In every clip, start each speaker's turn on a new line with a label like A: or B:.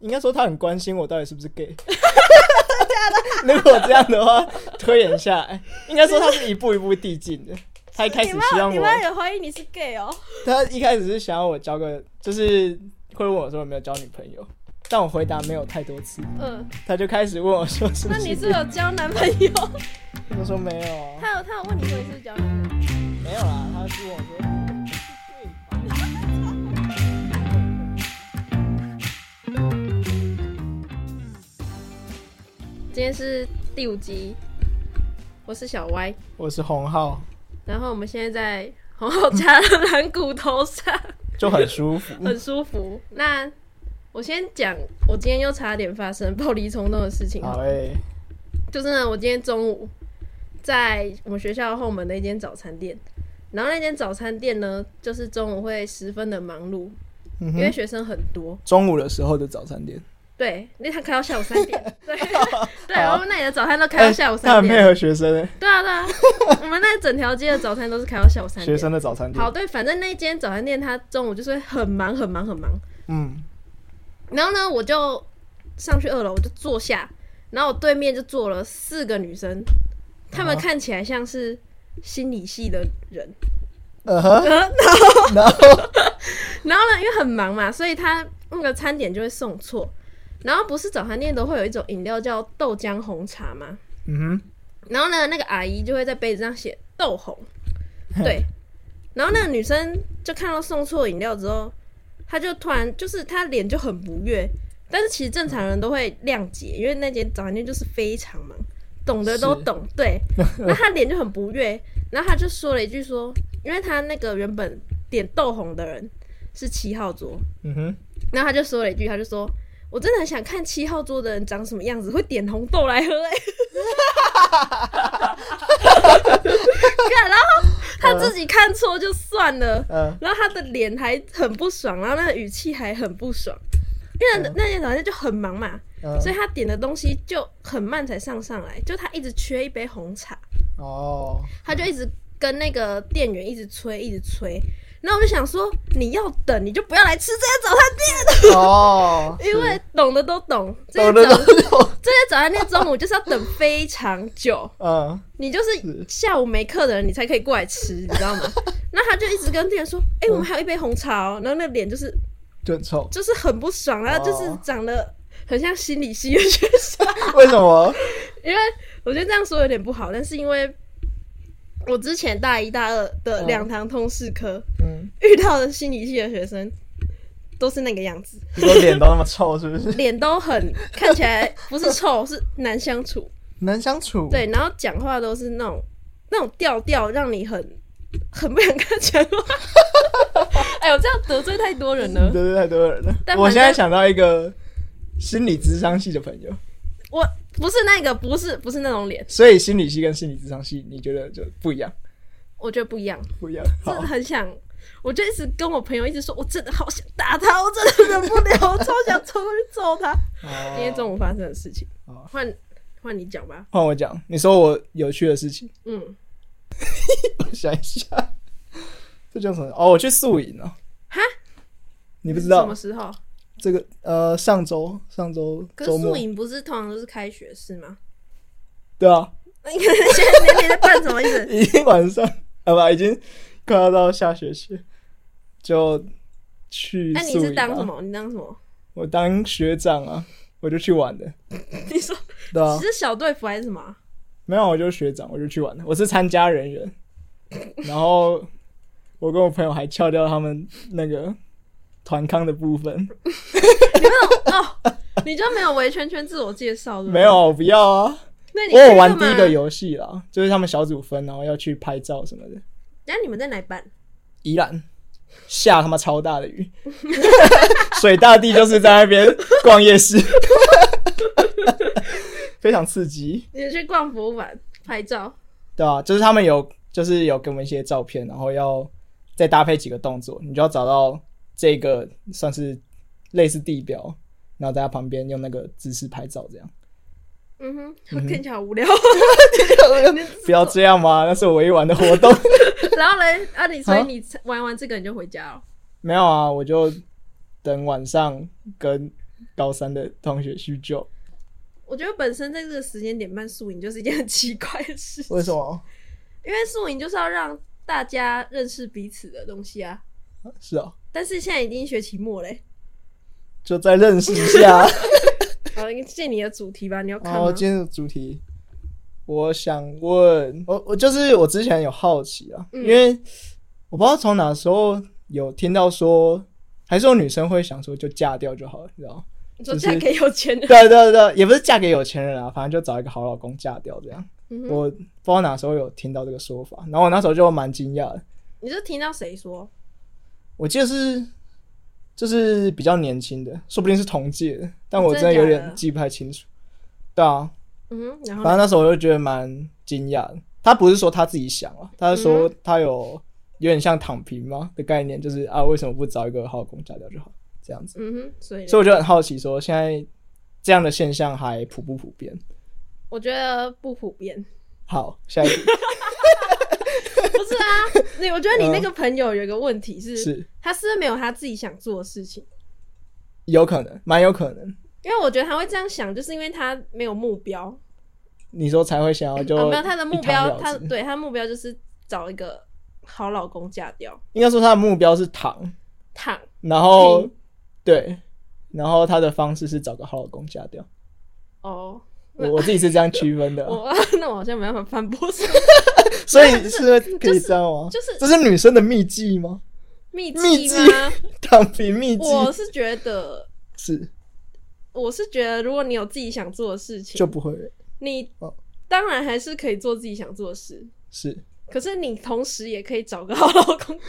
A: 应该说他很关心我到底是不是 gay。如果这样的话，推演下来，应该说他是一步一步递进的。他一开始
B: 你
A: 希
B: 妈，
A: 望
B: 你
A: 我，
B: 妈也怀疑你是 gay 哦？
A: 他一开始是想要我交个，就是会问我说有没有交女朋友，但我回答没有太多次，
B: 嗯，
A: 他就开始问我说是不
B: 那
A: 是
B: 你
A: gay。
B: 是有交男朋友？
A: 我说没有啊，
B: 他有他有问你说你是不是交男朋友？
A: 没有啦，他是问我说是 gay 吧。
B: 今天是第五集，我是小歪，
A: 我是洪浩，
B: 然后我们现在在红后家的蓝骨头上，
A: 就很舒服。
B: 很舒服。那我先讲，我今天又差点发生暴力冲动的事情。
A: 好欸诶、
B: 就是呢，我今天中午在我们学校后门的一间早餐店，然后那间早餐店呢，就是中午会十分的忙碌，
A: 嗯
B: 因为
A: 哼，
B: 学生很多。
A: 中午的时候的早餐店，
B: 对，因为他开到下午三 点。对对，
A: 好哎
B: 我们那里的早餐都开到下午
A: 他
B: 三
A: 很配
B: 点。
A: 合学生诶、
B: 对啊对啊， 我们那整条街的早餐都是开到下午三
A: 学
B: 点。
A: 生的早餐店。
B: 好，对，反正那间早餐店它中午就是会很忙很忙很忙。
A: 嗯，
B: 然后呢，我就上去二楼，我就坐下，然后我对面就坐了四个女生，她们
A: 哦
B: 看起来像是心理系的人。
A: 呃呵，
B: 然后呢，因为很忙嘛，所以她那个餐点就会送错。然后不是早餐店都会有一种饮料叫豆浆红茶吗？
A: 嗯
B: 然后呢，那个阿姨就会在杯子上写豆红，对。然后那个女生就看到送错饮料之后，她就突然就是她脸就很不悦，但是其实正常人都会谅解，因为那间早餐店就是非常忙，懂得都
A: 是
B: 懂，对。那她脸就很不悦，然后她就说了一句说，因为她那个原本点豆红的人是七号桌，
A: 哼，嗯哼，
B: 然后她就说了一句，她就说。我真的很想看七号桌的人长什么样子，会点红豆来喝哎、欸 干然后他自己看错就算了，
A: 呃，
B: 然后他的脸还很不爽，然后那个语气还很不爽，因为那那天早上就很忙嘛，
A: 呃
B: 所以他点的东西就很慢才上上来，就他一直缺一杯红茶，
A: 哦，
B: 他就一直跟那个店员一直催，一直催。然后我就想说，你要等，你就不要来吃这些早餐店，，
A: 哦
B: 因为懂的都懂，这
A: 懂
B: 些
A: 的
B: 早
A: 都懂，
B: 这些早餐店中午就是要等非常久，
A: 嗯，
B: 你就是下午没课的人，你才可以过来吃，你知道吗？那他就一直跟店员说：“哎、
A: 嗯
B: 我们还有一杯红茶哦。”然后那脸就是
A: 就很臭。
B: 就是很不爽，然后就是
A: 哦
B: 长得很像心理系的学生。
A: 为什么？
B: 因为我觉得这样说有点不好，但是因为我之前大一、大二的
A: 嗯
B: 两堂通识课、
A: 嗯，
B: 遇到的心理系的学生都是那个样子，
A: 你说脸都那么臭，是不是？
B: 脸都很看起来不 是臭，是难相处。
A: 难相处。，
B: 对，然后讲话都是那种那种调调，让你很很不想跟他讲话。 哎呦，这样得罪太多人了
A: 对。对，太多人了
B: 但。反正
A: 我现在想到一个心理智商系的朋友，
B: 我不是那个，不是不是那种脸，
A: 所以心理系跟心理智商系，你觉得就不一样？
B: 我觉得不一样，
A: 不一样。
B: 真
A: 好
B: 的，很想。我就一直跟我朋友一直说，我真的好想打他，我真的忍不了，我超想冲过去揍 他。
A: 哦
B: 今天中午发生的事情
A: 好，
B: 换换你讲吧。
A: 换我讲，你说我有趣的事情，
B: 嗯，
A: 我想一下，这叫什么？哦，我去宿营哦。
B: 哈？
A: 你不知
B: 什
A: 道
B: 么时候？
A: 这个？呃，上周上周
B: 可
A: 周
B: 是
A: 末
B: 宿，营不是通常都是开学是吗？
A: 对啊，
B: 那你现在你在办什么意思？
A: 已经晚上， 啊不，已经快要到下学期，就去
B: 那、
A: 宿营、啊。
B: 你是当什？么？你当什么？
A: 我当学长啊，我就去玩的，
B: 你说
A: 对啊
B: 你，是小队服还是什么 啊？
A: 没有我就是学长，我就去玩的，我是参加人员，然后我跟我朋友还翘掉他们那个团康的部分，
B: 哦你就没有围圈圈自我介绍的？
A: 没有，啊，我不要啊，
B: 那你
A: 我有
B: 去
A: 玩
B: 干
A: 第
B: 嘛
A: 一个。游戏啦，就是他们小组分，然后要去拍照什么的，
B: 那你们在哪办？
A: 宜兰下他妈超大的雨， 水大地就是在那边逛夜市， 非常刺激，
B: 你去逛博物馆拍照？
A: 对吧、就是他们有就是有给我们一些照片，然后要再搭配几个动作，你就要找到这个算是类似地标，然后在它旁边用那个姿势拍照，这样
B: 嗯哼，看起来 好无聊。
A: 不要这样嘛，那是我唯一玩的活动。
B: 然后嘞，啊你所以
A: 啊
B: 你玩完这个你就回家了。
A: 没有啊，我就等晚上跟高三的同学叙旧。
B: 我觉得本身在这个时间点办宿营就是一件很奇怪的事情。
A: 为什？么？
B: 因为宿营就是要让大家认识彼此的东西啊。
A: 是哦，
B: 但是现在已经学期末嘞，
A: 就再认识一 下。
B: 好，借你的主题吧，你要看
A: 然
B: 吗？
A: 后今天的主题，我想问，我我就是我之前有好奇啊，
B: 嗯
A: 因为我不知道从哪时候有听到说，还是有女生会想说就嫁掉就好了，你知道吗？
B: 你说
A: 就是
B: 嫁给有钱人，
A: 对啊对对，也不是嫁给有钱人啊，反正就找一个好老公嫁掉这样。
B: 嗯哼
A: 我不知道哪时候有听到这个说法，然后我那时候就蛮惊讶的。
B: 你是听到谁说？
A: 我记得是就是比较年轻的，说不定是同届的，但我
B: 真
A: 真
B: 的
A: 的有
B: 假的
A: 点记不太清楚。对啊，
B: 嗯哼，然后
A: 反正
B: 呢
A: 那时候我就觉得蛮惊讶的。他不是说他自己想啊，他是
B: 嗯
A: 说他有有点像躺平嘛的概念，就是啊，为什么不找一个好老公嫁掉就好这样子？
B: 嗯哼，所以呢
A: 所以我就很好奇，说现在这样的现象还普不普遍？
B: 我觉得不普遍。
A: 好，下一题
B: 不是啊，你我觉得你那个朋友有一个问题是，
A: 嗯是
B: 他是不是没有他自己想做的事情？
A: 有可能，蛮有可能。
B: 因为我觉得他会这样想，就是因为他没有目标。
A: 你说才会想要就、
B: 啊，没有他的目标，他
A: 对
B: 对他的目标就是找一个好老公嫁掉，
A: 应该说他的目标是躺，
B: 躺
A: 然后
B: 平
A: 对，然后他的方式是找个好老公嫁掉。
B: 哦。，
A: 我我自己是这样区分的啊
B: 我 那我好像没办法反 驳什么
A: 所以是可
B: 就
A: 以
B: 是
A: 这样吗？
B: 就是
A: 这是女生的秘技吗？
B: 秘
A: 秘
B: 籍
A: 籍
B: 吗？
A: 躺平秘技
B: 我是觉得，
A: 是
B: 我是觉得，如果你有自己想做的事情，
A: 就不会
B: 你
A: 哦
B: 当然还是可以做自己想做的事，
A: 是
B: 可是你同时也可以找个好老公，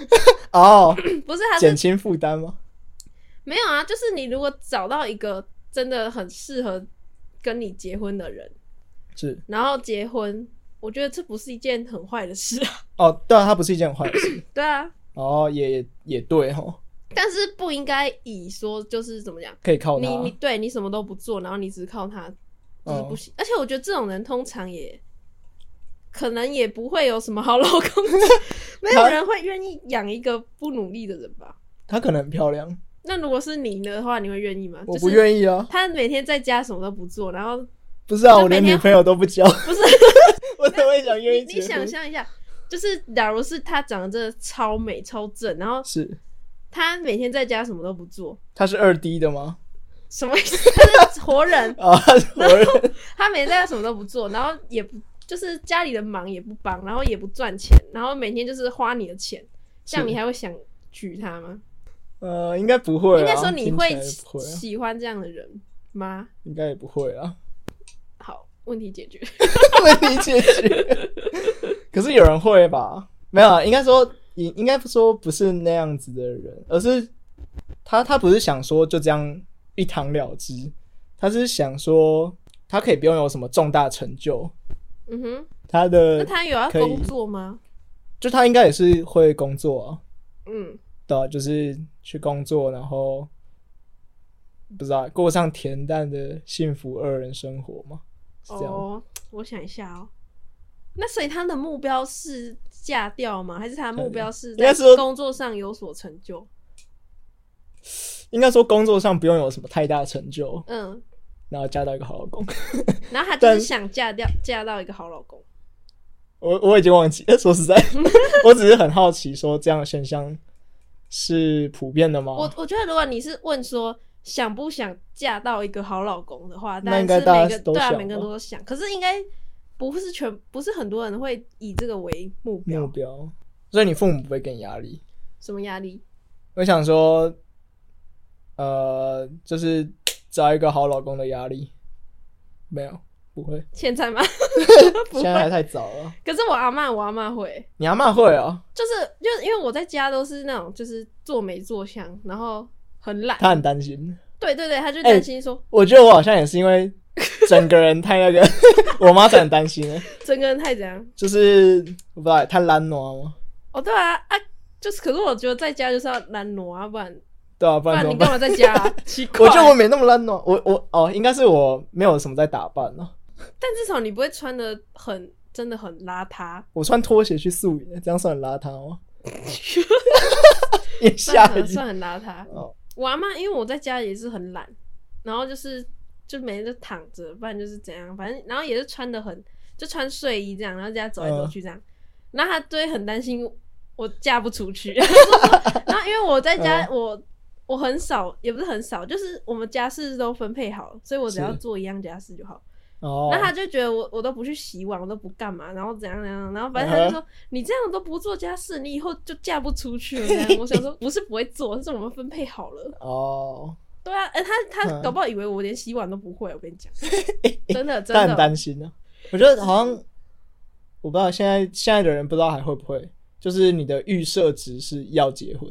A: 哦，
B: 不是？他
A: 减
B: 是
A: 轻负担吗？
B: 没有啊，就是你如果找到一个真的很适合跟你结婚的人，
A: 是
B: 然后结婚，我觉得这不是一件很坏的事啊。
A: 哦，对啊，它不是一件坏 事
B: 对啊，
A: 哦，也也对哦，
B: 但是不应该以说就是怎么讲，
A: 可以靠它
B: 你你对你什么都不做，然后你只靠他，就是不
A: 哦
B: 行。而且我觉得这种人通常也可能也不会有什么好老公，没有人会愿意养一个不努力的人吧？
A: 它可能很漂亮，
B: 那如果是你的话，你会愿意吗？
A: 我不
B: 意。
A: 愿意啊，
B: 他每天在家什么都不做， 然后
A: 不是啊，
B: 就
A: 我连
B: 每天
A: 女朋友都不 交，
B: 不是
A: 我怎么会想愿
B: 你
A: 意结
B: 你
A: 婚？
B: 想象一下，就是假如是他长得真的超美超正，然后
A: 是
B: 他每天在家什么都不做，
A: 它是二 D 的吗？
B: 什么意思？ 他是活人，
A: 啊， 我认
B: 他每天在家什么都不做，然后也不就是家里的忙也不帮，然后也不赚钱，然后每天就是花你的钱，这样
A: 是
B: 你还会想娶她吗？
A: 呃，应该不会啊，
B: 应该说你
A: 听起来
B: 会
A: 也不会啊，
B: 喜欢这样的人吗？
A: 应该也不会啊，
B: 好，问题解决。
A: 问题解决。可是有人会吧？没有啊，应该说，应应该说不是那样子的人，而是他他不是想说就这样一堂了之，他是想说他可以不用有什么重大成就，
B: 嗯哼，
A: 他
B: 那
A: 的
B: 他有要
A: 可以
B: 工作吗？
A: 就他应该也是会工作啊，
B: 嗯，
A: 对啊就是去工作，然后不知道过上恬淡的幸福二人生活嘛，是这样吗。
B: 哦，我想一下哦。那所以他的目标是嫁掉吗？还是他的目标是
A: 呃应
B: 在
A: 该说
B: 工作上有所成就？
A: 应该说工作上不用有什么太大成就，
B: 嗯，
A: 然后嫁到一个好老公。
B: 然后他就是
A: 但
B: 想嫁掉，嫁到一个好老公。
A: 我我已经忘记了， 说 实在，我只是很好奇，说这样的现象是普遍的
B: 我
A: 吗？
B: 我觉得，如果你是问说想不想嫁到一个好老公的话，当
A: 那
B: 然
A: 应该
B: 是每
A: 大
B: 个
A: 家都
B: 对啊，
A: 想哦
B: 每个人
A: 吧
B: 都想。可是应该不是全，不是很多人会以这个为目标。
A: 目标，所以你父母不会给你压力。
B: 什么压力？
A: 我想说，呃，就是找一个好老公的压力，没有，不会，
B: 现在吗？ 不
A: 现在还
B: 会。
A: 太早了。
B: 可是我阿嬷，我阿嬷会。
A: 你阿妈会啊，
B: 就是就是因为我在家都是那种就是做没做香，然后很懒。
A: 她很担心。
B: 对对对，他
A: 哎
B: 就担心说、
A: 我觉得我好像也是因 为整个人太那个， 我妈才很担心欸
B: 整个人太怎样。
A: 就是我不知道太懒惰吗？
B: 哦，对啊啊，就是可是我觉得在家就是要懒挪啊，不然
A: 对啊，不
B: 不
A: 然
B: 然
A: 怎
B: 你
A: 么
B: 干
A: 办？
B: 嘛在家、啊？奇怪。
A: 我觉得我没那么懒惰，我我哦，应该是我没有什么在打扮哦呢、
B: 但至少你不会穿的很真的很邋遢，
A: 我穿拖鞋去素颜，这样算很邋遢哦 吗？也吓
B: 算
A: 一
B: 很
A: 跳
B: 算很邋遢。
A: 哦，
B: 我阿妈因为我在家也是很懒，然后就是就每天就躺着，不然就是怎样，反正然后也是穿的很就穿睡衣这样，然后在家走来走去这样，然后他就会很担心我嫁不 出去，然后因为我在家、
A: 嗯
B: 我。我很少，也不是很少，就是我们家事都分配好，所以我只要
A: 是
B: 做一样家事就好。
A: 哦，
B: 那他就觉得我我都不去洗碗，我都不干嘛，然后怎样怎样，然后反
A: 嗯
B: 正他就说、你这样都不做家事，你以后就嫁不出去了。这 样我想说不是不会做，是我们分配好了。
A: 哦，
B: 对啊，哎、他他
A: 嗯
B: 搞不好以为我连洗碗都不会，我跟 你讲，真的哦真
A: 但很
B: 的，
A: 担心呢、我觉得好像我不知道现在现在的人不知道还会不会，就是你的预设值是要结婚，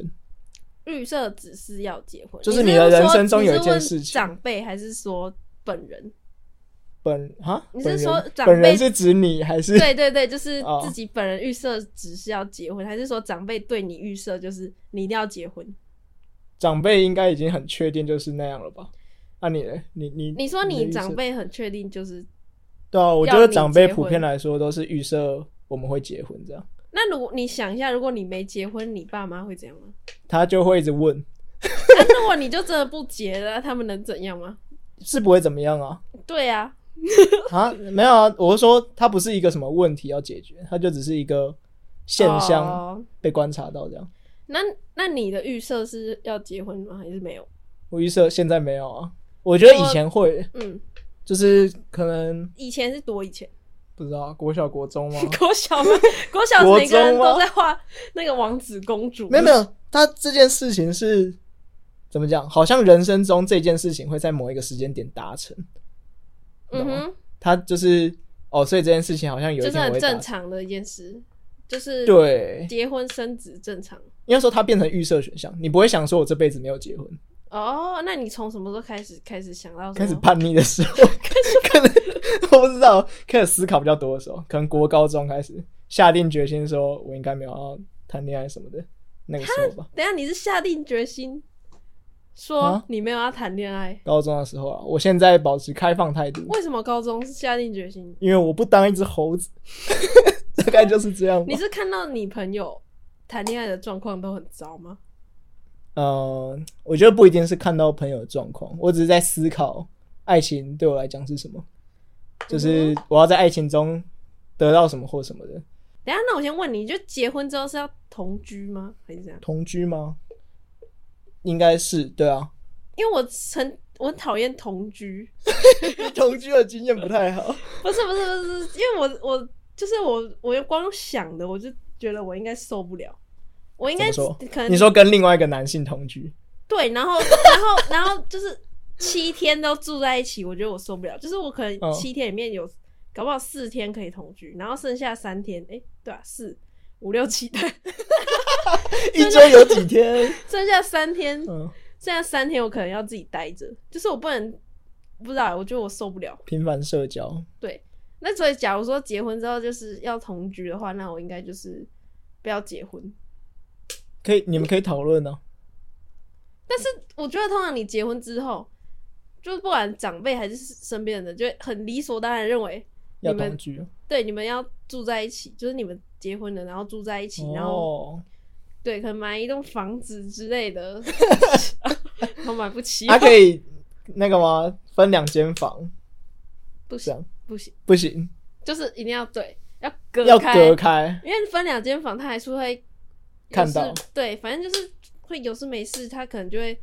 B: 预设只是要结婚，
A: 就是
B: 你
A: 你的
B: 是
A: 人
B: 说
A: 生中
B: 你
A: 有
B: 是
A: 一件
B: 问
A: 事情
B: 长辈还是说本人？
A: 本啊，
B: 你是
A: 本人
B: 说长辈
A: 本人是指你还 是
B: 对对对，就是
A: 哦
B: 自己本人预设只是要结婚，还是说长辈对你预设就是你一定要结婚？
A: 长辈应该已经很确定就是那样了吧？啊你呢，你你
B: 你说
A: 的
B: 你
A: 预设
B: 长辈很确定就是
A: 对啊，我觉
B: 要
A: 得
B: 你
A: 长辈
B: 结
A: 普
B: 婚
A: 遍来说都是预设我们会结婚这样，
B: 那如果你想一下，如果你没结婚，你爸妈会怎样 吗？啊
A: 他就会一直问
B: 那、如果你就真的不结了，他们能怎样吗？
A: 是不会怎么样啊
B: 对啊，
A: 啊没有啊，我是说他不是一个什么问题要解决，他就只是一个现象
B: 哦
A: 被观察到这样。
B: 那那你的预设是要结婚吗？还是没有？
A: 我预设现在没有啊，我觉得以前会，
B: 嗯，
A: 就是可能
B: 以前是多以前，
A: 不知道啊国小国中吗？
B: 国小吗？ 国小
A: 国
B: 每个人
A: 中吗
B: 都在画那个王子公主，
A: 没有没有，他这件事情是怎么讲？好像人生中这件事情会在某一个时间点达成，
B: 嗯哼，
A: 他就是哦，所以这件事情好像有
B: 就
A: 一
B: 是
A: 天我
B: 很
A: 会达
B: 正
A: 成。
B: 常的一件事，就是
A: 对，
B: 结婚生子正常。
A: 应该说它变成预设选项，你不会想说我这辈子没有结婚，
B: 哦，那你从什么时候开始开始想到什么
A: 开始叛逆的时 候，可能我不知道，开始思考比较多的时候，可能国高中开始下定决心说我应该没有要谈恋爱什么的那个时候吧。
B: 等一下你是下定决心说
A: 啊
B: 你没有要谈恋爱，
A: 高中的时候啊，我现在保持开放态度，
B: 为什么高中是下定决心？
A: 因为我不当一只猴子， 大概就是这样吧
B: 你。是看到你朋友谈恋爱的状况都很糟吗？
A: 呃，我觉得不一定是看到朋友的状况，我只是在思考爱情对我来讲是什么，就是我要在爱情中得到什么或什么的。
B: 等一下，那我先问你，就结婚之后是要同居吗？还是怎样？
A: 同居吗？应该是对啊，
B: 因为我很我很讨厌同居，
A: 同居的经验不太好。
B: 不是不是不是，因为我我就是我我光想的我就觉得我应该受不了，我应该
A: 怎么说
B: 可 能
A: 你说跟另外一个男性同居，
B: 对，然后然后然后就是七天都住在一起，我觉得我受不了。就是我可能
A: 嗯
B: 七天里面有、搞不好四天可以同居，然后剩下三天，哎、对啊，四五六七天，
A: 一周有几天？
B: 剩下三天，
A: 嗯，
B: 剩下三天我可能要自己待着，就是我不能不知道，我觉得我受不了。
A: 频繁社交，
B: 对，那所以假如说结婚之后就是要同居的话，那我应该就是不要结婚。
A: 可以，你们可以讨论哦呢。
B: 但是我觉得，通常你结婚之后，就是不管长辈还是身边的人，就会很理所当然认为
A: 要
B: 你们
A: 同居，
B: 对，你们要住在一起，就是你们结婚了，然后住在一起，然后
A: 哦，
B: 对，可能买一栋房子之 类的，然后买不起，
A: 还啊可以那个吗？分两间房，
B: 不
A: 这
B: 行
A: 样
B: 不行，
A: 不行，
B: 就是一定要对，要隔
A: 要
B: 开，
A: 隔开。
B: 因为分两间房，他还是会有
A: 看
B: 事
A: 到，
B: 对，反正就是会有事没事，他可能就会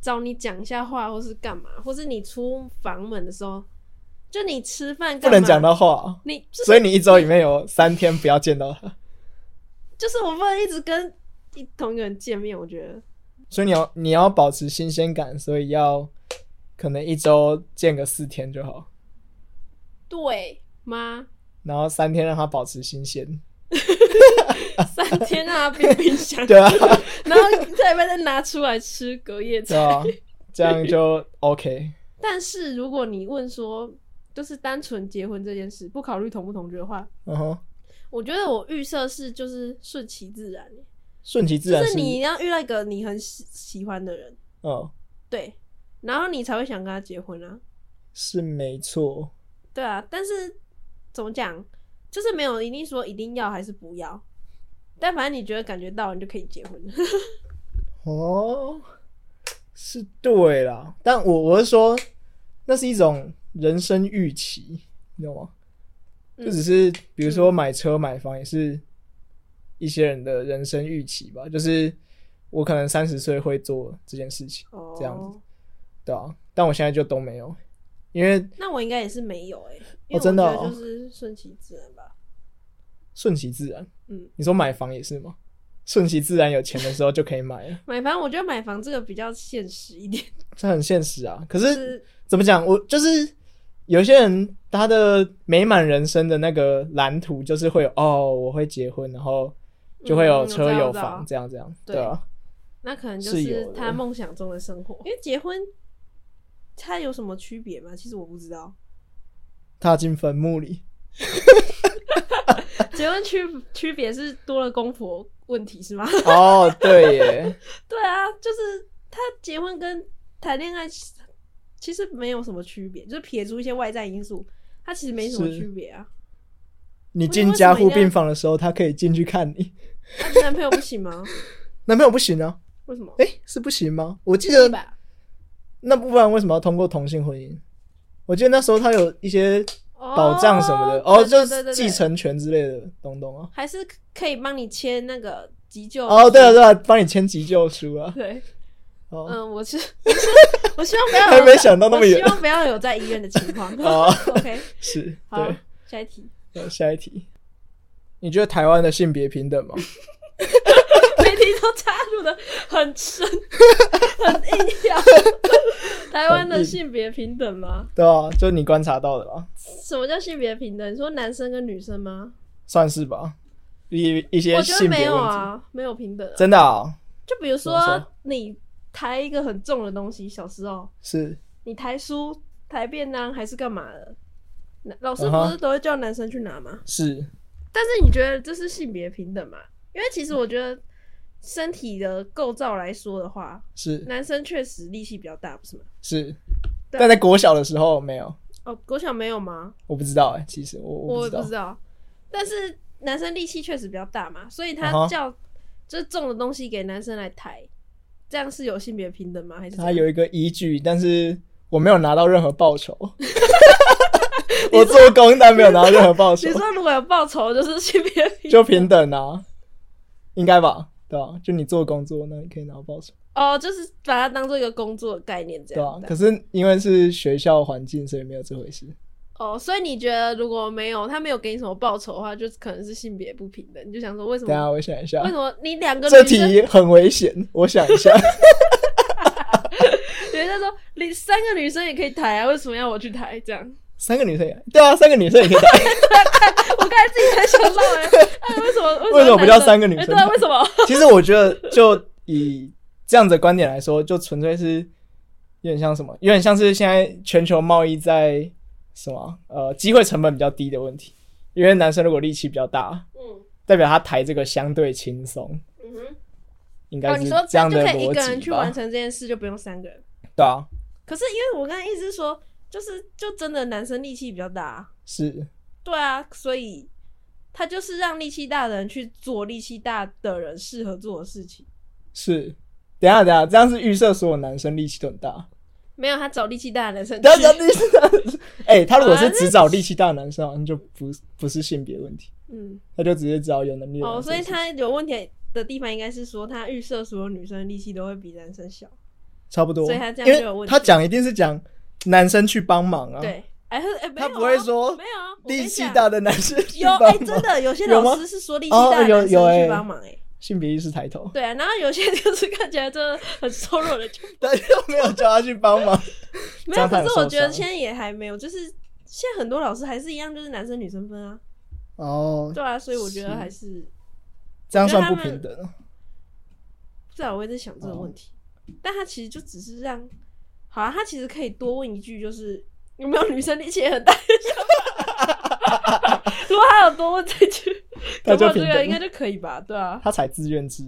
B: 找你讲一下话，或是干嘛，或是你出房门的时候，就你吃饭
A: 不
B: 干
A: 能
B: 嘛
A: 讲到话，
B: 你就是
A: 所以你一周里面有三天不要见到他，
B: 就是我不能一直跟一同一个人见面，我觉得。
A: 所以你要你要保持新鲜感，所以要可能一周见个四天就好，
B: 对吗？
A: 然后三天让他保持新 鲜。
B: 三天让它冰冰箱，
A: 对啊，
B: 然后下礼拜再拿出来吃隔夜
A: 对
B: 菜。
A: 啊，这样就 OK。
B: 但是如果你问说，就是单纯结婚这件事，不考虑同不同居的话，
A: 嗯哼，
B: 我觉得我预设是就是顺其自然，
A: 顺其自
B: 就
A: 然
B: 是你要遇到一个你很喜喜欢的人，
A: 嗯
B: 对，然后你才会想跟他结婚啊，
A: 是没错，
B: 对啊。但是怎么讲，就是没有一定说一定要还是不要，但反正你觉得感觉到，你就可以结婚。
A: 哦，是对啦，但我我是说，那是一种人生预期，你懂吗？就只是比如说买车买房，也是一些人的人生预期吧。就是我可能三十岁会做这件事情，
B: 哦，
A: 这样子对啊，但我现在就都没有，因为
B: 那我应该也是没有哎、因为
A: 哦真的
B: 我觉
A: 哦
B: 得就是顺其自然吧。
A: 顺其自然。
B: 嗯，
A: 你说买房也是吗？顺其自然，有钱的时候就可以买了，
B: 买房，我觉得买房这个比较现实一点，
A: 这很现实啊。可
B: 就是是
A: 怎么讲？我就是有些人他的美满人生的那个蓝图，就是会有哦，我会结婚，然后就会有
B: 嗯
A: 车
B: 我知道
A: 有
B: 我知道
A: 房，这样这样，
B: 对
A: 对啊，
B: 那可能就是
A: 有
B: 是
A: 的
B: 他梦想中的生活。因为结婚，它有什么区别吗？其实我不知道。
A: 踏进坟墓里，
B: 结婚区区别是多了公婆问题是吗？
A: 哦，对耶，
B: 对啊，就是他结婚跟谈恋爱其其实没有什么区别，就是撇除一些外在因素，他其实没什么
A: 是
B: 区别 啊。
A: 你进加护病房的时候，他可以进去看你。
B: 那啊你男朋友不行吗？
A: 男朋友不行啊？
B: 为什么？
A: 诶，是不行吗？我记
B: 对
A: 得
B: 吧？
A: 那不然为什么要通过同性婚姻？我记得那时候他有一些保障什么的，哦，
B: 对
A: 就
B: 对对
A: 是
B: 对
A: 继承权之类的东东啊。
B: 还是可以帮你签那个急救
A: 哦，对了对了，帮你签急救书啊。
B: 对，
A: 哦，
B: 嗯，我是 我是我希望不要
A: 还
B: 有
A: 没
B: 在
A: 想到那么远
B: 我希望不要有在医院的情况。
A: 哦
B: OK，
A: 是
B: 好
A: 对。，
B: 下一题，
A: 呃 下一题，你觉得台湾的性别平等 吗？
B: 每题都插入的很深，很硬要。台湾的性别平等吗？
A: 对啊，就你观察到的吧，
B: 什么叫性别平等？你说男生跟女生吗？
A: 算是吧。一一些
B: 我觉得
A: 性
B: 没
A: 别
B: 有
A: 问题，
B: 啊，没有平等、啊。
A: 真的啊，
B: 就比如
A: 怎么
B: 说
A: 说
B: 你抬一个很重的东西，小时候
A: 是
B: 你抬书、抬便当还是干嘛的？那老师
A: 嗯
B: 不
A: 哼
B: 是都会叫男生去拿吗？
A: 是，
B: 但是你觉得这是性别平等吗？因为其实我觉得身体的构造来说的话，
A: 是
B: 男生确实力气比较大，不是吗？
A: 是，
B: 对啊
A: 但在国小的时候没有，
B: 哦，国小没有吗？
A: 我不知道哎、其实我
B: 我
A: 我
B: 也
A: 不
B: 不
A: 知
B: 知
A: 道，
B: 道。但是男生力气确实比较大嘛，所以
A: 啊
B: 他
A: 哈
B: 叫、就是重的东西给男生来抬，这样是有性别平等吗？还是怎
A: 他
B: 样
A: 有一个依据，但是我没有拿到任何报酬， 我做工但没有拿到任何报酬
B: 你，说如果有报酬，就是性别 平
A: 就平等啊，应该吧？对吧、就你做工作，那你可以拿到报酬。
B: 哦，就是把它当做一个工作的概念这
A: 对啊
B: 样。，
A: 可是因为是学校环境，所以没有这回事。
B: 哦，所以你觉得如果没有他没有给你什么报酬的话，就可能是性别不平等。你就想说为什
A: 等一下
B: 么？
A: 我想一下
B: 为，什么你两个
A: 这
B: 女生，
A: 题很危险，我想 一下。
B: 人家说你三个女生也可以抬啊，为什么要我去抬？ 这样，
A: 三个女生也，对啊，三个女生也可以打。
B: 我刚才自己才想到哎、哎为 什么
A: 为什么不叫
B: 男生
A: 三个女
B: 哎
A: 生
B: 对啊，为什么？
A: 其实我觉得，就以这样子的观点来说，就纯粹是有点像什么，有点像是现在全球贸易在什么呃机会成本比较低的问题。因为男生如果力气比较大，
B: 嗯
A: 代表他抬这个相对轻松，
B: 嗯哼，
A: 应
B: 哦，
A: 该
B: 你
A: 是
B: 说
A: 这样
B: 就
A: 的
B: 可以一个
A: 逻
B: 人
A: 辑
B: 去完
A: 吧？
B: 成这件事，就不用三个人。
A: 对啊，
B: 可是因为我刚才意思是说，就是就真的男生力气比较大啊、
A: 是
B: 对啊，所以他就是让力气大的人去做力气大的人适合做的事情。
A: 是。等一下等一下，这样是预设所有男生力气都很大。
B: 没有，他找力气大的男生去
A: 不要讲力气大的男生。哎、他如果是只找力气大的男生，好像就不不是性别问题，
B: 嗯，
A: 他就直接找有啊能力的男
B: 哦，
A: 生
B: 所以他有问题的地方应该是说，他预设所有女生的力气都会比男生小。
A: 差不多。
B: 所以他这样
A: 因
B: 就有问
A: 为
B: 题
A: 他讲一定是讲男生去帮忙啊，，
B: 对，哎，他哎没有
A: 他
B: 啊
A: 不会说
B: 没有啊，我跟你
A: 力气
B: 讲
A: 大的男生去
B: 有
A: 帮
B: 哎、
A: 忙，
B: 真的有些
A: 有吗
B: 老师是说力气大的
A: 哦有有
B: 男生去
A: 哎
B: 帮忙哎、
A: 性别意识抬头，
B: 对啊，然后有些就是 看起来真的很瘦弱的，就
A: 但又没有叫他去帮忙，这
B: 没有。
A: 样他
B: 可
A: 很
B: 是我
A: 受
B: 觉得
A: 伤
B: 现在也还没有，就是现在很多老师还是一样，就是男生女生分啊。
A: 哦，
B: 对啊，所以我觉得
A: 是
B: 还是
A: 这样算不平等啊。
B: 不知道我会在想
A: 哦
B: 这个问题，但他其实就只是让，好啊，他其实可以多问一句，就是有没有女生力气也很大 的想法？如果他有多问 这句，
A: 他就
B: 搞不好
A: 平
B: 这啊个应该
A: 等，
B: 就可以吧？对啊，
A: 他才自愿制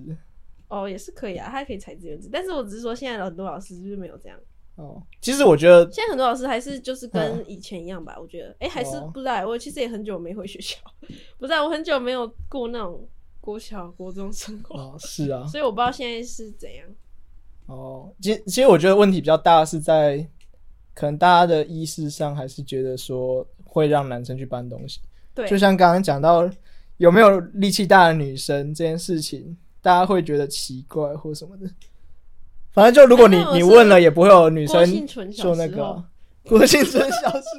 B: 哦，也是可以啊，他还可以采自愿制，但是我只是说现在的很多老师就是没有这样，
A: 哦。其实我觉得
B: 现在很多老师还是就是跟以前一样吧，我觉得，哎、还是
A: 嗯哦
B: 不知道、我其实也很久没回学校，不知道、我很久没有过那种国小国中生活，
A: 哦是啊，
B: 所以我不知道现在是怎样。
A: 哦，其实其实我觉得问题比较大是在，可能大家的意识上还是觉得说会让男生去搬东西，
C: 对，
A: 就像刚刚讲到有没有力气大的女生这件事情，大家会觉得奇怪或什么的。反正就如果你
B: 哎
C: 反正我
A: 你
C: 是
A: 问了，也不会有女
B: 郭幸
A: 生
B: 存小
A: 说那
B: 时
A: 个
B: 候
A: 啊。郭姓春小时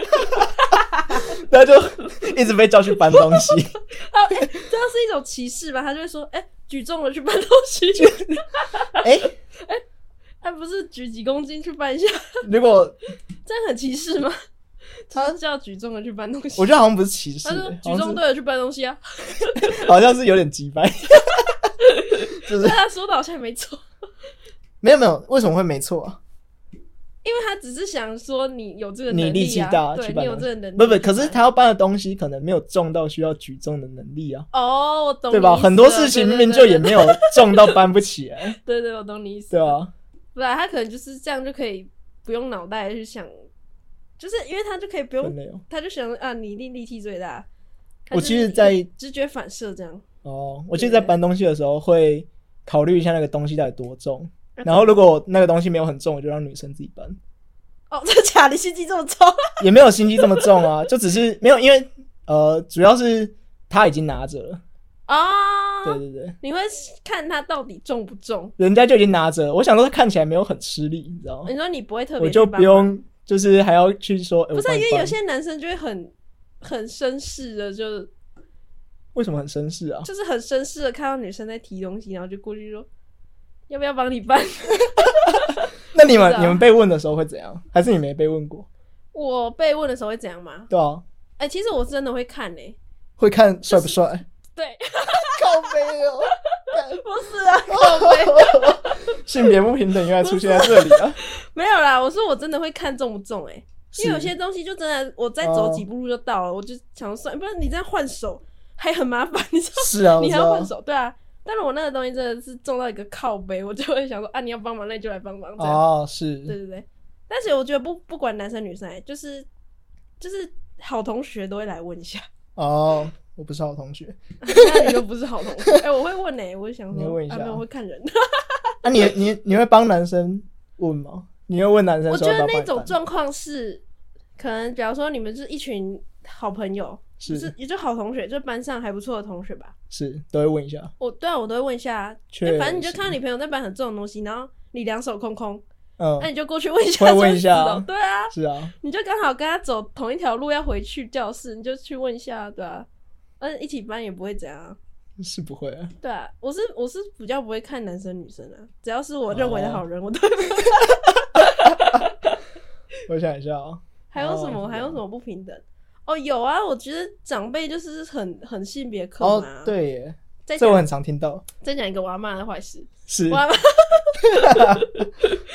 A: 候，然后就一直被叫去搬东 西。
B: 啊，哎、这样是一种歧视吧？他就会说，哎、举重了去搬东 西，
A: 哎、
B: 哎，不是举几公斤去搬一下，
A: 如果
B: 这样很歧视吗？他是叫举重了去搬东西，
A: 我觉得好像不是歧视、
B: 他说
A: 欸，
B: 举重队的去搬东西啊，
A: 好像是好像是有点鸡掰。 就是
B: 但他说的好像也没错，
A: 没有没有，为什么会没错啊？
B: 因为他只是想说你有这个
A: 你
B: 能
A: 力
B: 力
A: 气
B: 啊，
A: 大，
B: 对
A: 去
B: 你
A: 搬
B: 有
A: 东
B: 这个能
A: 西
B: 力，
A: 不不，可是他要搬的东西可能没有重到需要举重的能力啊，
B: 哦，我懂你
A: 对
B: 意思了，
A: 吧？很多事情明明就也没有重到搬不起来，
B: 对对对对，我懂你意思，
A: 对啊吧？
B: 不然他可能就是这样就可以不用脑袋去想，就是因为他就可以不
A: 真
B: 用，
A: 的有
B: 他就想啊，你一定力气最大。他
A: 我
B: 就
A: 其实
B: 是
A: 在
B: 直觉反射这样，
A: 哦，我记得在搬东西的时候会考虑一下那个东西到底多重，
B: 那
A: 然后如果那个东西没有很重，我就让女生自己搬，
B: 哦， 这假的心机这么重，
A: 也没有心机这么重啊，就只是没有，因为呃，主要是他已经拿着了，
B: 哦，
A: 对对对。
B: 你会看它到底重不重？
A: 人家就已经拿着了，我想说他看起来没有很吃力，你知道吗
B: 你？说你不会嗯特别，
A: 我就不，用就是还要去说，欸
B: 不是
A: 我帮
B: 啊因
A: 你
B: 为
A: 搬
B: 有些男生就会很很绅士的，就
A: 为什么很绅 士啊？
B: 就是很绅士的看到女生在提东西，然后就过去说要不要帮你搬？
A: 那你们、
B: 不知道
A: 你们被问的时候会怎样？还是你没被问过？
B: 我被问的时候会怎样吗？
A: 对啊，
B: 哎、其实我真的会看呢、
A: 会看帅不帅？
B: 对，
A: 靠背哦，
B: 不是啊，靠 背
A: 性别不平等原来出现在这里啊！
B: 没有啦，我说我真的会看重不重哎、因
A: 是
B: 为有些东西就真的，我再
A: 哦
B: 走几步路就到了，我就想算，不然你这样换手还很麻烦，你知道吗？
A: 是啊，我
B: 你
A: 知
B: 还要
A: 道
B: 换手，对啊。但是我那个东西真的是重到一个靠背，我就会想说啊，你要帮忙，那你就来帮忙这样。
A: 哦，
B: 对
A: 是
B: 对对。但是我觉得不不管男生女生、欸，就是就是好同学都会来问一下，
A: 哦，我不是好同学。
B: 那你又不是好同学，哎、我会问哎、我会想
A: 你
B: 说，
A: 会问一下
B: 啊，没有我会看人。
A: 啊，你你你会帮男生问吗？你会问男生
B: 我
A: 说
B: 觉
A: 要不
B: 得
A: 要帮你搬？
B: 那种状况是，可能比方说你们是一群好朋友，就是是也就好同学，就班上还不错的同学吧。
A: 是都会问一下，
B: 我对啊，我都会问一下啊，
A: 确
B: 哎反正你就
A: 实
B: 看到你朋友在搬很重的东西，然后你两手空空，
A: 嗯
B: 那、，你就过去问一下，
A: 会问一下
B: 说是哦对 啊，
A: 是啊，
B: 你就刚好跟他走同一条路要回去教室，你就去问一下，对啊，嗯，一起搬也不会怎样啊，
A: 是不会啊。
B: 对啊，我是我是比较不会看男生女生啊，只要是我认为的好
A: 哦
B: 人，我都会。
A: 我想一下啊，
B: 还有什么
A: 哦
B: 还有什么不平等？哦，有啊，我觉得长辈就是很很性别刻
A: 哦
B: 板、啊，
A: 对耶，
B: 再
A: 这
B: 讲
A: 我很常听到，
B: 再讲一个我阿妈的坏事，
A: 是
B: 我，阿妈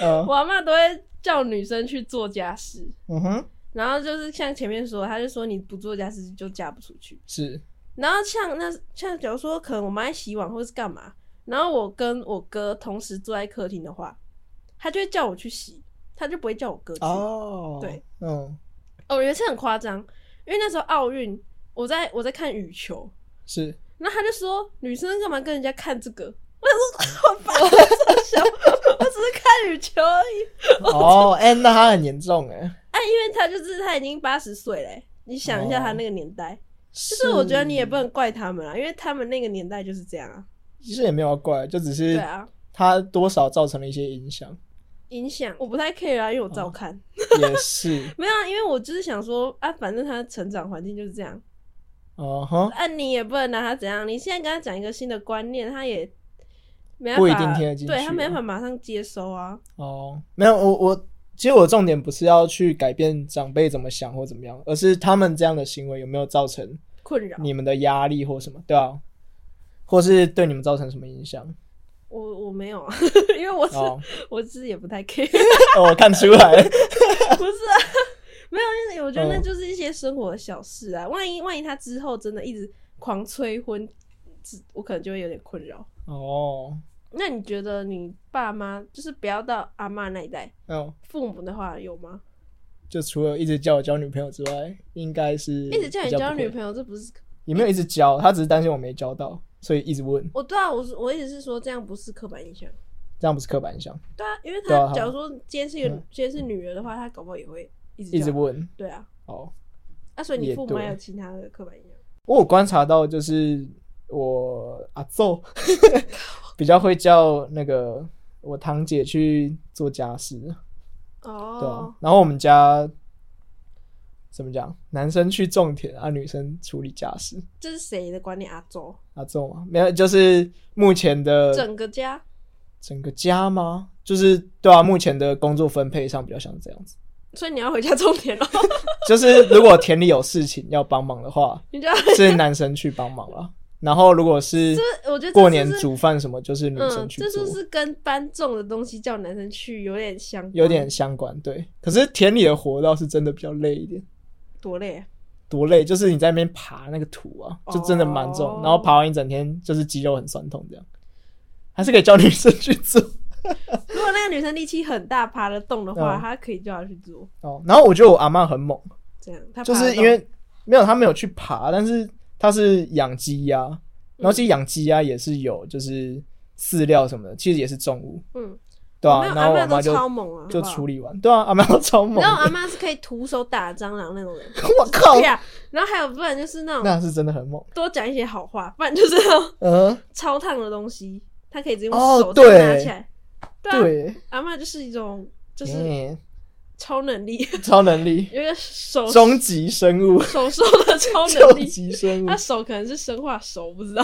A: 嗯
B: 我阿妈都会叫女生去做家事，
A: 嗯哼，
B: 然后就是像前面说，她就说你不做家事就嫁不出去。
A: 是，
B: 然后像那像假如说可能我妈在洗碗或是干嘛，然后我跟我哥同时坐在客厅的话，他就会叫我去洗，他就不会叫我哥去。
A: 哦，
B: 对，
A: 嗯，
B: 哦，我有一次很夸张，因为那时候奥运，我在我在看羽球，
A: 是，
B: 然后他就说：“女生干嘛跟人家看这个？”我想说：“好烦，我这小， 我只是看羽球而已。
A: 哦，哎，那他很严重哎，”
B: 哎，因为他就是他已经八十岁嘞，你想
A: 哦
B: 一下他那个年代，
A: 就
B: 就是我觉得你也不，能怪他们啦，啊因为他们那个年代就是这样啊。
A: 其实也没有要怪，就只
B: 对
A: 是
B: 啊，
A: 他多少造成了一些影 响，
B: 影响我不太 care 啊，因为我
A: 哦
B: 照看。
A: 也是，
B: 没有啊，因为我就是想说啊，反正他成长环境就是这样，
A: 哦哼，
B: 啊，你也不能拿他怎样。你现在跟他讲一个新的观念，他也没办法，
A: 不一定听得进去啊
B: 对他没办法马上接收啊。
A: 哦，没有，我我。其实我重点不是要去改变长辈怎么想或怎么样，而是他们这样的行为有没有造成
B: 困扰
A: 你们的压力或什么，对啊，或是对你们造成什么影响？
B: 我我没有啊， 因为我是
A: 哦，
B: 我自己也不太 care，
A: 哦我看出来了，
B: 不是啊，没有，因为我觉得那
A: 嗯
B: 就是一些生活的小事啊。万一万一他之后真的一直狂催婚，只我可能就会有点困扰。
A: 哦，
B: 那你觉得你爸妈就是不要到阿嬷那一代，
A: 嗯，
B: 父母的话有吗？
A: 就除了一直叫我交女朋友之外，应该是
B: 一直叫你
A: 比较
B: 交
A: 不会
B: 女朋友，这不是
A: 也没有一直教，他只是担心我没教到，所以一直问。
B: 我对啊，我是我也是说这样不是刻板印象，
A: 这样不是刻板印象？
B: 对啊，因为
A: 对啊
B: 他
A: 他
B: 假如说今天是一个
A: 嗯
B: 今天是女人的话，他搞不好也会一直
A: 一直
B: 叫
A: 问
B: 对啊，
A: 哦。
B: 啊，所以你
A: 也
B: 父母还
A: 对
B: 有其他的刻板印象？
A: 我有观察到，就是我阿奏 比较会叫那个我堂姐去做家事，对啊。
B: 哦，
A: 然后我们家怎么讲，男生去种田，啊，女生处理家事。啊
B: 这是谁的观念？阿周，
A: 阿奏嘛，没有，就是目前的
B: 整个家
A: 整个家吗？就是对啊，目前的工作分配上比较像这样子，
B: 所以你要回家种 田喽，
A: 就是如果田里有事情要帮忙的话，
B: 你知道？
A: 是男生去帮忙了。然后如果是
B: 我觉得这
A: 过
B: 是
A: 年
B: 是
A: 煮饭什么，就是女生
B: 嗯，
A: 去
B: 这
A: 做
B: 就，是跟搬重的东西叫男生去有点相关，
A: 有点相关。对，可是田里的活倒是真的比较累一点，
B: 多累啊。
A: 多累，就是你在那边爬那个土啊，就真的蛮重，
B: 哦
A: 然后爬完一整天就是肌肉很酸痛这样，还是可以叫女生去做。
B: 如果那个女生力气很大，爬得动的话，
A: 嗯
B: 她可以叫她去做，
A: 哦，然后我觉得我阿妈很猛，
B: 这样她爬
A: 就
B: 得
A: 是因为没有他没有去爬，但是他是养鸡鸭，然
B: 嗯
A: 后其实养鸡鸭也是有就是饲料什么的，其实也是重物，
B: 动嗯，
A: 对啊
B: 没，有
A: 然后我
B: 阿
A: 妈
B: 嬷
A: 就
B: 都超猛啊，
A: 就
B: 好不好
A: 处理完，对啊，阿妈都超猛
B: 然后阿
A: 的，
B: 妈是可以徒手打蟑螂那种 人，
A: 我靠
B: 对，呀。然后还有不然就是那种
A: 那是真的很猛，
B: 多讲一些好话，不然就是那种
A: 嗯，
B: 超烫的东西，她可以直接用
A: 哦
B: 手这样拿
A: 对
B: 起来。对啊，
A: 对，
B: 阿妈就是一种就是
A: 嗯
B: 超能力，
A: 超能力，
B: 有一个手
A: 终极生物，
B: 手手的超能
A: 终
B: 力。
A: 极生 物
B: 她，手可能是生化手，不 知道。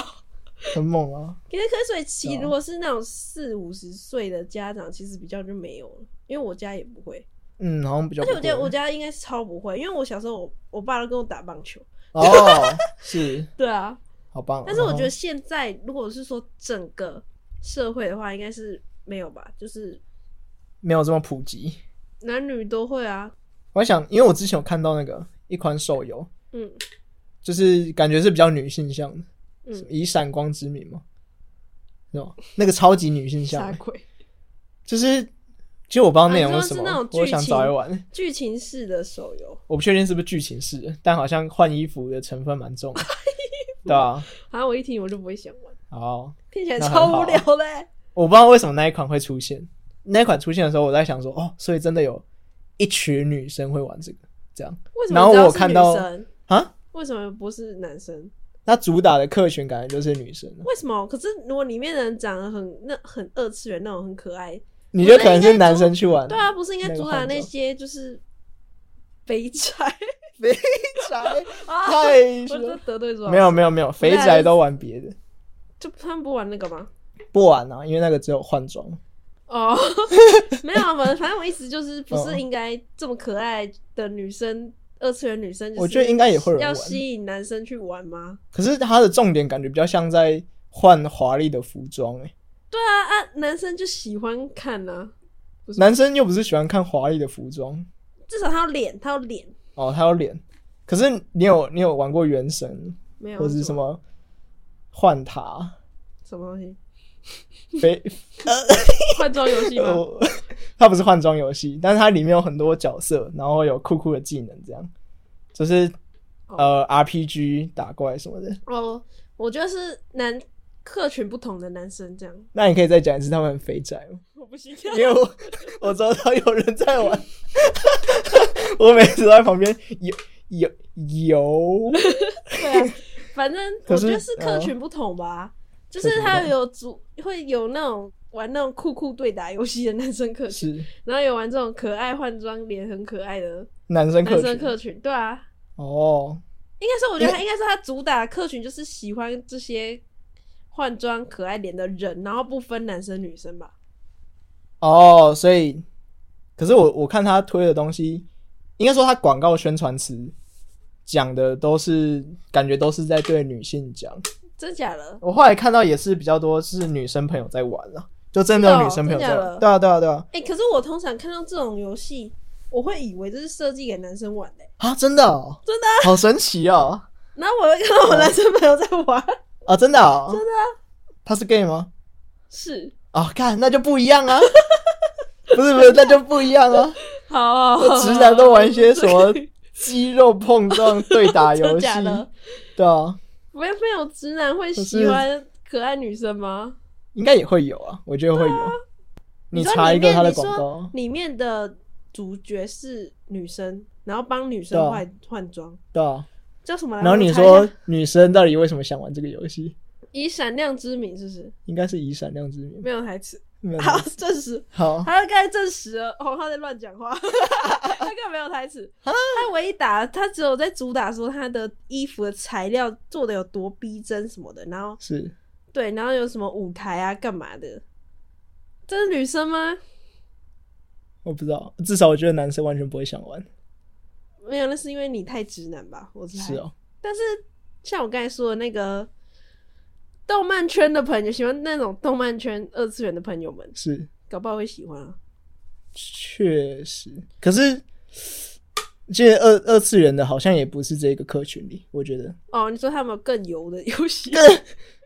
A: 很猛啊，
B: 可是，可是，所以其
A: 对啊
B: 如果是那种四五十岁的家长，其实比较就没有了，因为我家也不会，
A: 嗯，好像比较
B: 而
A: 不会，
B: 且我觉得我家应该是超不会，因为我小时候我我爸都跟我打棒球，
A: 哦，是
B: 对啊，
A: 好棒，
B: 但是我觉得
A: 然后
B: 现在如果是说整个社会的话，应该是没有吧，就是
A: 没有这么普及。
B: 男女都会啊，
A: 我还想，因为我之前有看到那个一款手游，
B: 嗯，
A: 就是感觉是比较女性向的，
B: 嗯
A: 什么以闪光之名嘛，是吗？那个超级女性
B: 傻
A: 向的，
B: 鬼，
A: 就是其实我不知道内容
B: 啊你说
A: 什
B: 是
A: 么，
B: 那种剧
A: 我想找来玩，
B: 剧情式的手游，
A: 我不确定是不是剧情式的，但好像换衣服的成分蛮 重的，对啊，
B: 好像我一听我就不会想玩，
A: 好，
B: 听起来
A: 那很
B: 超
A: 好
B: 无
A: 啊
B: 聊嘞、
A: 我不知道为什么那一款会出现，那一款出现的时候，我在想说，哦，所以真的有一群女生会玩这个，这样
B: 为什
A: 然后
B: 么只要
A: 我
B: 是
A: 看
B: 女
A: 到
B: 生？
A: 啊，
B: 为什么不是男生？
A: 那主打的客群感觉就是女生啊，
B: 为什么？可是如果里面的人长得很那很二次元那种很可爱，
A: 你觉得可能是男生去玩，
B: 对啊，不是应该主打
A: 嗯那个换
B: 那
A: 装
B: 些就是肥宅
A: 肥宅
B: 啊？
A: 太
B: 我这得罪说
A: 没有没有没有，肥宅都玩别的，
B: 就他们不玩那个吗？
A: 不玩啊，因为那个只有换装。
B: 哦， 没有，啊，反正反正我意思就是，不是应该这么可爱的女生，二次元女生，
A: 我觉得应该也会有人
B: 要
A: 玩
B: 吸引男生去玩吗？
A: 可是它的重点感觉比较像在换华丽的服装、欸，
B: 对啊啊，男生就喜欢看啊，
A: 男生又不是喜欢看华丽的服装
B: 至少他有脸，他有脸，
A: 哦，他有脸。可是你有你有玩过《原神
B: 没》有
A: 或者是什么幻塔？
B: 什么东西，
A: 非
B: 换装游 戏吗？
A: 呃， 它不是换装游戏，但是它里面有很多角色，然后有酷酷的技能，这样就是呃 RPG 打怪什么的。
B: 哦，我觉得是男客群不同的男生这样，
A: 那你可以再讲一次他们很肥宅吗？
B: 我不行。
A: 因为我我知道有人在玩， 我每次都在旁边游游游，
B: 对、啊，反正
A: 可
B: 我
A: 是嗯
B: 觉得是客群不同吧，就是他有组会有那种玩那种酷酷对打游戏的男生客群，
A: 是
B: 然后有玩这种可爱换装脸很可爱的
A: 男生
B: 男
A: 客
B: 生
A: 群
B: 客群，对啊。
A: 哦，
B: 应该说，我觉得他应该是他主打客群就是喜欢这些换装可爱脸的人，然后不分男生女生吧。
A: 哦，所以可是我我看他推的东西，应该说他广告宣传词讲的都是感觉都是在对女性讲，
B: 真假的？
A: 我后来看到也是比较多是女生朋友在玩了、就真的
B: 真的
A: 有
B: 哦
A: 女生朋友在
B: 真假
A: 玩，
B: 的
A: 对啊对啊对啊
B: 哎、可是我通常看到这种游戏，我会以为这是设计给男生玩的、
A: 啊，真的、哦、
B: 真的、啊
A: 好神奇哦
B: 然后我会看到我男生朋友在玩，
A: 啊，真的、哦、真的、他是 gay 吗？
B: 是，
A: 哦，看那就不一样啊， 不是不是，那就不一样啊。
B: 好啊、好啊
A: 直男都玩一些什么肌肉碰撞对打游 戏
B: 真假，的？
A: 对啊，
B: 没有没有直男会喜欢可爱女生吗？
A: 应该也会有啊，我觉得会有。你
B: 说
A: 查
B: 里
A: 一个
B: 面
A: 他的
B: 你
A: 广
B: 说
A: 告，
B: 里面的主角是女生，然后帮女
A: 对
B: 生
A: 啊
B: 换换装，
A: 对啊。
B: 叫什么来着？
A: 然后你
B: 我查一下
A: 说女生到底为什么想玩这个游戏？
B: 以闪亮之名是不是？
A: 应该是以闪亮之名吧。
B: 没有台词，
A: 没有
B: 好证实，
A: 好，
B: 他刚才证实了黄浩在乱讲话， 他根本没有台词，
A: 啊
B: 他唯一打他只有在主打说他的衣服的材料做的有多逼真什么的，然后
A: 是
B: 对，然后有什么舞台啊干嘛的，这是女生吗？
A: 我不知道，至少我觉得男生完全不会想玩。
B: 没有，那是因为你太直男吧？我猜。
A: 是哦，
B: 但是啊像我刚才说的那个动漫圈的朋友，喜欢那种动漫圈二次元的朋友们，
A: 是
B: 搞不好会喜欢啊。
A: 确实。可是，这二二次元的好像也不是这个客群里，我觉得
B: 哦，你说他们有更油的游戏？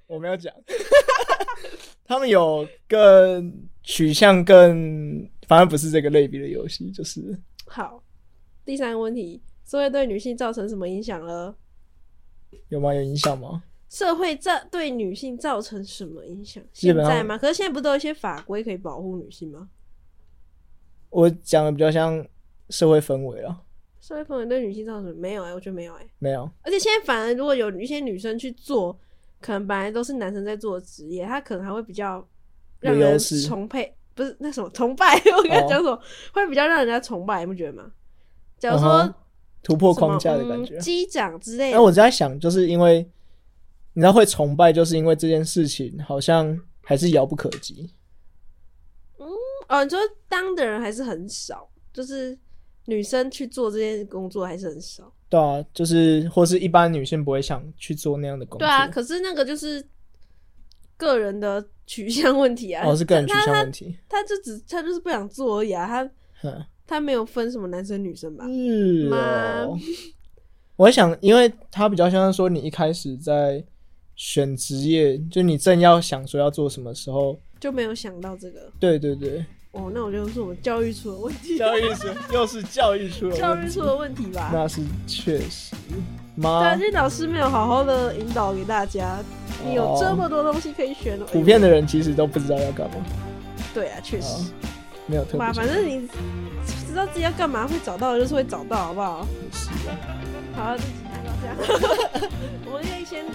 A: 我没有讲， 他们有更取向更，反正不是这个类别的游戏，就是
B: 好，第三个问题，社会对女性造成什么影响呢？
A: 有吗？有影响吗？
B: 社会造对女性造成什么影响？
A: 基
B: 现
A: 本上
B: 在吗？可是现在不都有一些法规可以保护女性吗？
A: 我讲的比较像社会氛围了，
B: 社会氛围对女性造成什么没有哎、我觉得没有哎、
A: 没有，
B: 而且现在反而如果有一些女生去做，可能本来都是男生在做的职业，她可能还会比较让
A: 有优
B: 人
A: 势哦
B: 崇拜，不是那什么崇拜， 我刚才讲什么，会比较让人家崇拜，你不觉得吗？假如说
A: 嗯哼突破
B: 什么
A: 框架的感觉
B: 嗯、。机长之类
A: 那
B: 的，
A: 我在想，就是因为你知道会崇拜，就是因为这件事情好像还是遥不可及。
B: 哦，你说当的人还是很少，就是女生去做这件工作还是很少。
A: 对啊，就是或是一般女性不会想去做那样的工作。
B: 对啊，可是那个就是个人的取向问题啊。
A: 哦，是个人取
B: 他
A: 向问题。
B: 他就只他就是不想做而已啊，他
A: 哼，
B: 他没有分什么男生女生吧？
A: 是哦
B: 吗。
A: 我在想，因为它比较像是说，你一开始在选职业，就你正要想说要做什么时候，
B: 就没有想到这个。
A: 对对对，
B: 哦，那我就是我们教育出了问题，
A: 教育出又是教育出了
B: 教
A: 问
B: 育
A: 题
B: 出了问题吧？
A: 那是确实
B: 对啊，
A: 妈
B: 这，些老师没有好好的引导给大家，你有
A: 哦
B: 这么多东西可以选哦。
A: 普遍的人其实都不知道要干嘛，
B: 对啊，确实。
A: 啊没有特别
B: 吧，
A: 想
B: 反正你知道自己要干嘛，会找到的就是会找到，好不好？
A: 是啊
B: 好，这集就到这 样，我们可以先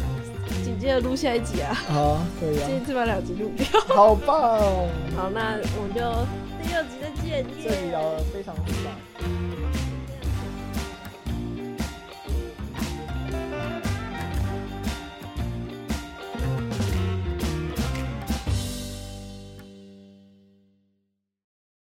B: 紧接着录下一集啊，
A: 好啊，可以
B: 今
A: 啊，
B: 天这把两集录不掉。
A: 好棒哦，
B: 好，那我们就第二集再见，
A: 这里聊的非常棒。
B: 耶